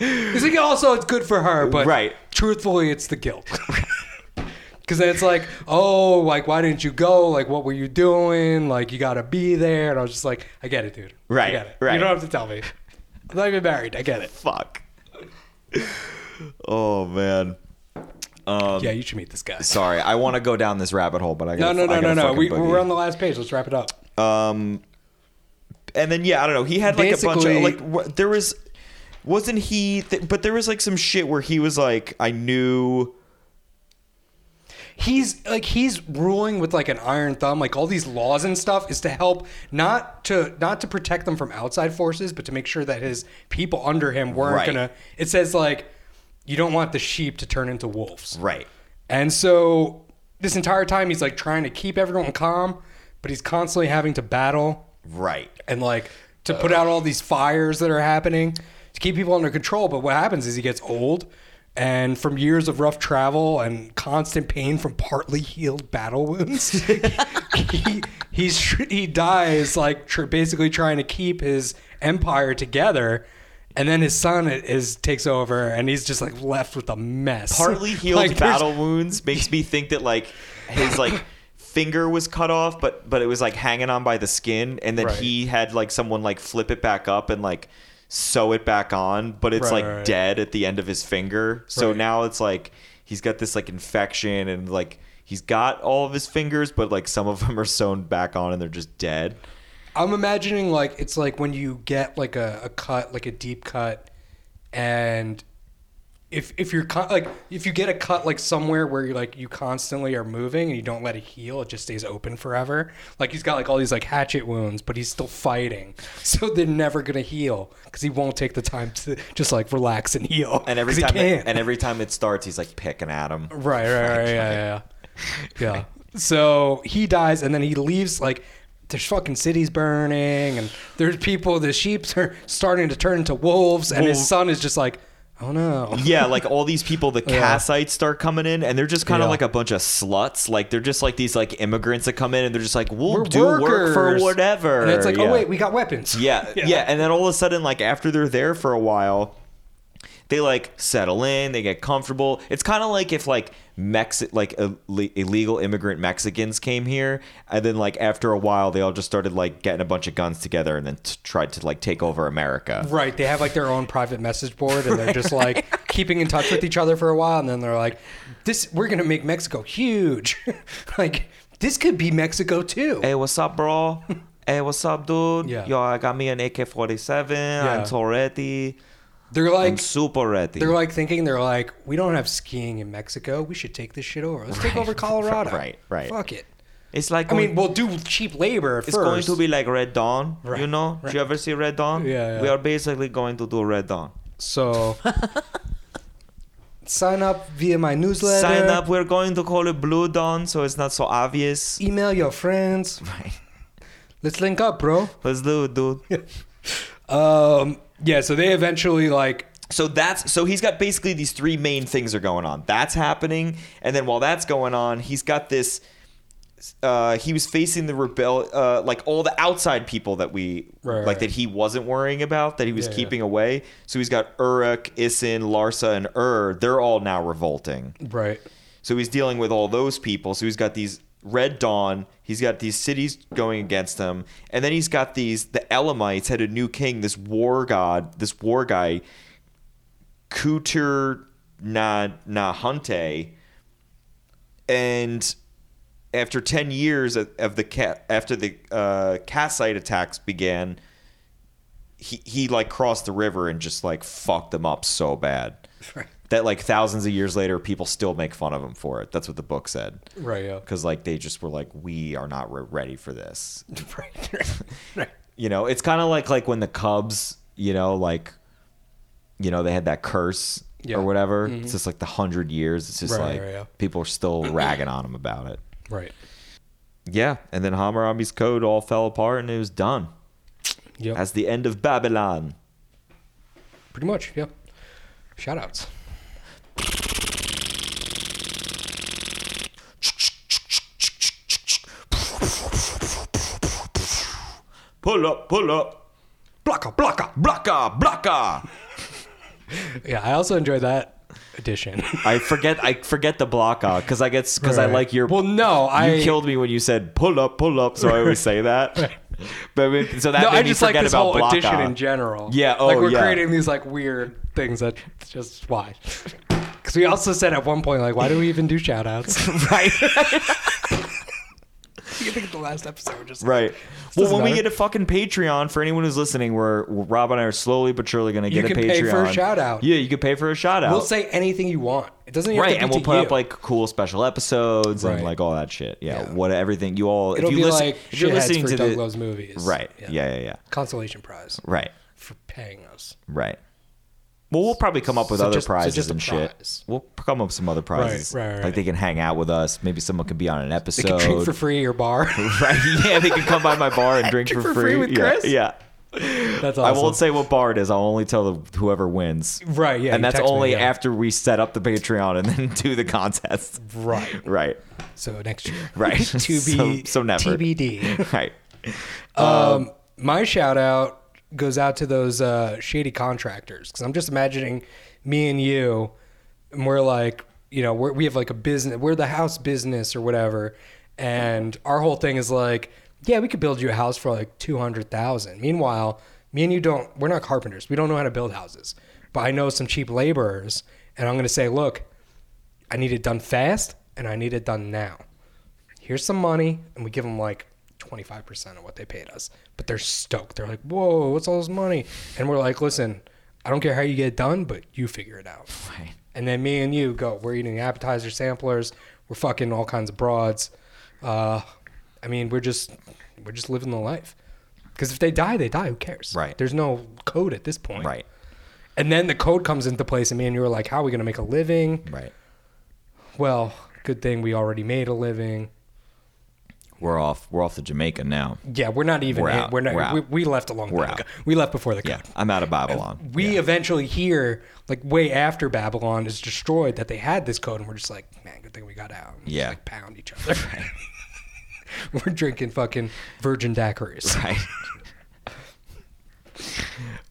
A: He's like, also, it's good for her, but
B: Right.
A: truthfully, it's the guilt. Because then it's like, oh, like, why didn't you go? Like, what were you doing? Like, you got to be there. And I was just like, I get it, dude. I
B: Right,
A: get it. You
B: right.
A: don't have to tell me. I'm not even married. I get it.
B: Fuck. Oh man. Um,
A: Yeah, you should meet this guy.
B: Sorry, I want to go down this rabbit hole, but I
A: No,
B: gotta,
A: no,
B: I
A: no, no,
B: gotta
A: no.
B: fucking
A: We,
B: boogie.
A: we're on the last page. Let's wrap it up.
B: Um, and then yeah, I don't know. He had like a
A: Basically-
B: bunch of like wh- there was wasn't he? Th- but there was like some shit where he was like, I knew.
A: he's like he's ruling with like an iron thumb. Like all these laws and stuff is to help not to not to protect them from outside forces, but to make sure that his people under him weren't
B: Right.
A: gonna. It says like you don't want the sheep to turn into wolves.
B: Right.
A: And so this entire time he's like trying to keep everyone calm, but he's constantly having to battle
B: Right.
A: and like to put out all these fires that are happening to keep people under control. But what happens is he gets old and from years of rough travel and constant pain from partly healed battle wounds, he, he's, he dies like tr- basically trying to keep his empire together. And then his son is takes over, and he's just like left with a mess.
B: Partly healed
A: Like, there's-
B: battle wounds makes me think that like his like finger was cut off, but but it was like hanging on by the skin, and then
A: Right.
B: he had like someone like flip it back up and like sew it back on, but it's
A: Right,
B: like
A: right, right.
B: dead at the end of his finger. So
A: Right.
B: now it's like he's got this like infection and like. He's got all of his fingers, but like some of them are sewn back on and they're just dead.
A: I'm imagining like it's like when you get like a, a cut, like a deep cut, and if if you're con- like if you get a cut like somewhere where you like you constantly are moving and you don't let it heal, it just stays open forever. Like he's got like all these like hatchet wounds, but he's still fighting, so they're never gonna heal because he won't take the time to just like relax and heal.
B: And every
A: 'cause he
B: time, it,
A: can't.
B: and every time it starts, he's like picking at him.
A: Right, right, right, yeah, yeah, yeah. yeah. So he dies, and then he leaves. Like, there's fucking cities burning, and there's people. The sheep are starting to turn into wolves, and his
B: Wolves.
A: son is just like, oh no.
B: Yeah, like all these people, the Cassites start coming in, and they're just kind of
A: Yeah.
B: like a bunch of sluts. Like they're just like these like immigrants that come in, and they're just like, "We'll
A: We're
B: do work for
A: workers."
B: whatever."
A: And it's like,
B: yeah.
A: oh wait, we got weapons.
B: yeah, yeah, And then all of a sudden, like after they're there for a while, they like settle in, they get comfortable. It's kind of like if like Mex like Ill- illegal immigrant Mexicans came here, and then like after a while, they all just started like getting a bunch of guns together, and then t- tried to like take over America.
A: Right, they have like their own private message board, and they're just like keeping in touch with each other for a while, and then they're like, "This, we're gonna make Mexico huge. like, this could be Mexico too."
D: Hey, what's up, bro? hey, what's up, dude?
A: Yeah.
D: Yo, I got me an AK-47.
A: Yeah.
D: I'm so ready.
A: They're like,
D: I'm super ready.
A: They're like thinking they're like, we don't have skiing in Mexico. We should take this shit over. Let's take over Colorado.
B: Right, right.
A: Fuck it.
D: it's like
A: I mean, we'll do cheap labor
D: it's
A: first.
D: going to be like Red Dawn.
A: Right,
D: You know? Do you ever see Red Dawn?
A: Yeah, yeah.
D: We are basically going to do Red Dawn.
A: so. sign up via my newsletter.
D: Sign up. We're going to call it Blue Dawn, so it's not so obvious.
A: Email your friends.
D: Right.
A: Let's link up, bro.
D: Let's do it, dude.
A: Um. Yeah. So they eventually like.
B: So that's so he's got basically these three main things are going on. That's happening, and then while that's going on, he's got this. Uh, he was facing the rebel, uh, like all the outside people that we
A: Right, right,
B: like that he wasn't worrying about, that he was
A: Yeah, yeah.
B: keeping away. So he's got Uruk, Isin, Larsa, and Ur. They're all now revolting.
A: Right.
B: So he's dealing with all those people. So he's got these Red Dawn. He's got these cities going against him, and then he's got these the Elamites had a new king, this war god, this war guy, Kutur Na Nahante, and after ten years of, of the ca- after the uh, Kassite attacks began, he he like crossed the river and just like fucked them up so bad
A: Right.
B: that like thousands of years later people still make fun of him for it that's what the book said
A: Right. Yeah.
B: because like they just were like we are not re- ready for this
A: right. Right. Right.
B: you know it's kind of like like when the cubs you know like you know they had that curse
A: Yeah. Mm-hmm.
B: or whatever it's just like the hundred years it's just
A: Right,
B: like
A: right, yeah.
B: people are still ragging on him about it
A: Right.
B: yeah and then hammurabi's code all fell apart and it was done
A: Yep.
B: that's the end of babylon
A: Pretty much. Yep. Shout outs.
B: pull up pull up
A: Blocka. Blocka.
B: blocka blocka
A: Yeah. I also enjoyed that edition.
B: i forget i forget the blocka because i guess because i
A: Right.
B: like your
A: Well, no, I
B: you killed me when you said pull up, pull up. So I always say that. But I mean, so that
A: no,
B: made
A: I
B: me
A: just like
B: forget
A: this
B: about
A: whole
B: block
A: edition
B: off.
A: in general.
B: Yeah,
A: like
B: oh,
A: we're
B: yeah.
A: creating these like weird things that just why. Because we also said at one point, like, why do we even do shout outs?
B: right?
A: think of the last episode. we're Just
B: Right.
A: doesn't
B: Well, when we
A: matter.
B: get a fucking Patreon, for anyone who's listening, we're Rob and I are slowly but surely going to
A: You
B: get a
A: can
B: Patreon.
A: pay for a shout-out.
B: Yeah, you could pay for a shout out.
A: We'll say anything you want. It doesn't even
B: right,
A: have to
B: and
A: be
B: we'll
A: to
B: put
A: you.
B: up like cool special episodes
A: Right.
B: and like all that shit. Yeah,
A: Yeah.
B: what everything you all.
A: It'll
B: if you
A: be
B: listen,
A: like
B: if you're
A: shitheads
B: listening
A: for
B: to
A: Doug
B: the
A: Loves movies.
B: right, yeah, yeah, yeah,
A: Consolation prize
B: right,
A: for paying us.
B: right. Well, we'll probably come up with
A: So
B: other
A: just- so
B: prizes
A: just a
B: and
A: prize.
B: shit. We'll come up with some other prizes.
A: right, right.
B: Like they can hang out with us. Maybe someone can be on an
A: They
B: episode.
A: can drink for free at your bar.
B: right? Yeah, they can come by my bar and drink,
A: Drink for
B: for,
A: free
B: free
A: with
B: yeah,
A: Chris?
B: Yeah.
A: That's awesome.
B: I won't say what bar it is. I'll only tell the, whoever wins.
A: Right, yeah, you
B: And that's
A: text me,
B: only
A: yeah.
B: after we set up the Patreon and then do the contest.
A: Right.
B: Right.
A: So next year.
B: Right.
A: to be
B: So- so never.
A: TBD.
B: Right.
A: Um, my shout out goes out to those uh, shady contractors because I'm just imagining me and you, and we're like, you know, we're, we have like a business, we're the house business or whatever, and our whole thing is like, yeah, we could build you a house for like two hundred thousand. Meanwhile, me and you don't, we're not carpenters, we don't know how to build houses, but I know some cheap laborers, and I'm gonna say, look, I need it done fast and I need it done now. Here's some money, and we give them like 25% of what they paid us. But they're stoked. They're like, whoa, what's all this money? And we're like, listen, I don't care how you get it done, but you figure it out.
D: Right.
A: And then me and you go, we're eating appetizer samplers, we're fucking all kinds of broads. Uh, I mean, we're just we're just living the life. Because if they die, they die. Who cares?
B: Right.
A: There's no code at this point.
B: Right.
A: And then the code comes into place, and me and you are like, how are we going to make a living?
B: Right.
A: Well, good thing we already made a living.
B: We're off. We're off to Jamaica now.
A: Yeah, we're not even.
B: We're
A: in-
B: out.
A: We're not.
B: We're out.
A: we, we left a long
B: We're
A: time
B: out.
A: ago. We left before the code.
B: Yeah. I'm out of Babylon.
A: We eventually hear like way after Babylon is destroyed that they had this code, and we're just like, man, good thing we got out. And we just,
B: Yeah.
A: like pound each other. we're drinking fucking virgin daiquiris.
B: Right.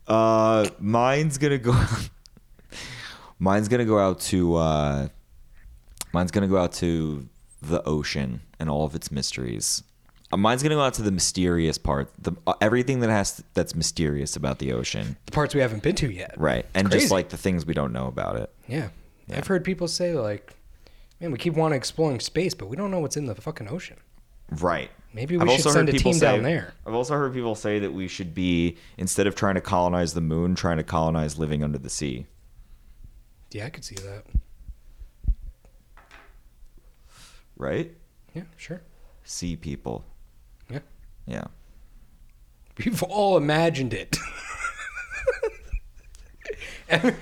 B: uh, mine's gonna go. mine's gonna go out to. Uh, mine's gonna go out to the ocean and all of its mysteries. Uh, mine's gonna go out to the mysterious part. The uh, everything that has that's mysterious about the ocean.
A: The parts we haven't been to yet.
B: Right. And just
A: Crazy.
B: like the things we don't know about it.
A: Yeah. I've heard people say like, man, we keep wanting exploring space, but we don't know what's in the fucking ocean.
B: Right.
A: Maybe we should send a team down there.
B: I've also heard people say that we should be instead of trying to colonize the moon, trying to colonize living under the sea.
A: Yeah, I could see that.
B: Right?
A: Yeah, sure.
B: Sea people.
A: Yeah.
B: Yeah.
A: We've all imagined it. And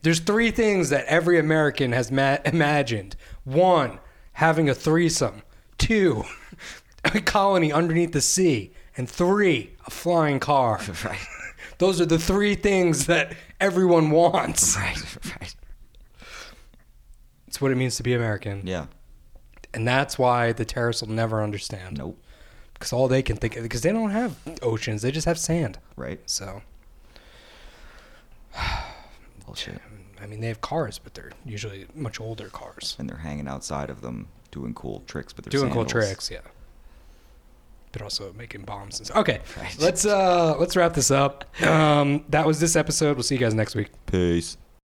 A: There's three things that every American has ma- imagined one, having a threesome, two, a colony underneath the sea, and three, a flying car. Right. Those are the three things that everyone wants.
B: Right, right.
A: It's what it means to be American.
B: Yeah.
A: And that's why the terrorists will never understand.
B: Nope.
A: Because all they can think of, because they don't have oceans, they just have sand.
B: Right.
A: So.
B: Bullshit.
A: I mean, they have cars, but they're usually much older cars.
B: And they're hanging outside of them doing cool tricks with their
A: Doing cool
B: sandals.
A: tricks, yeah. But also making bombs. And stuff. Okay, let's uh, let's wrap this up. Um, that was this episode. We'll see you guys next week.
B: Peace.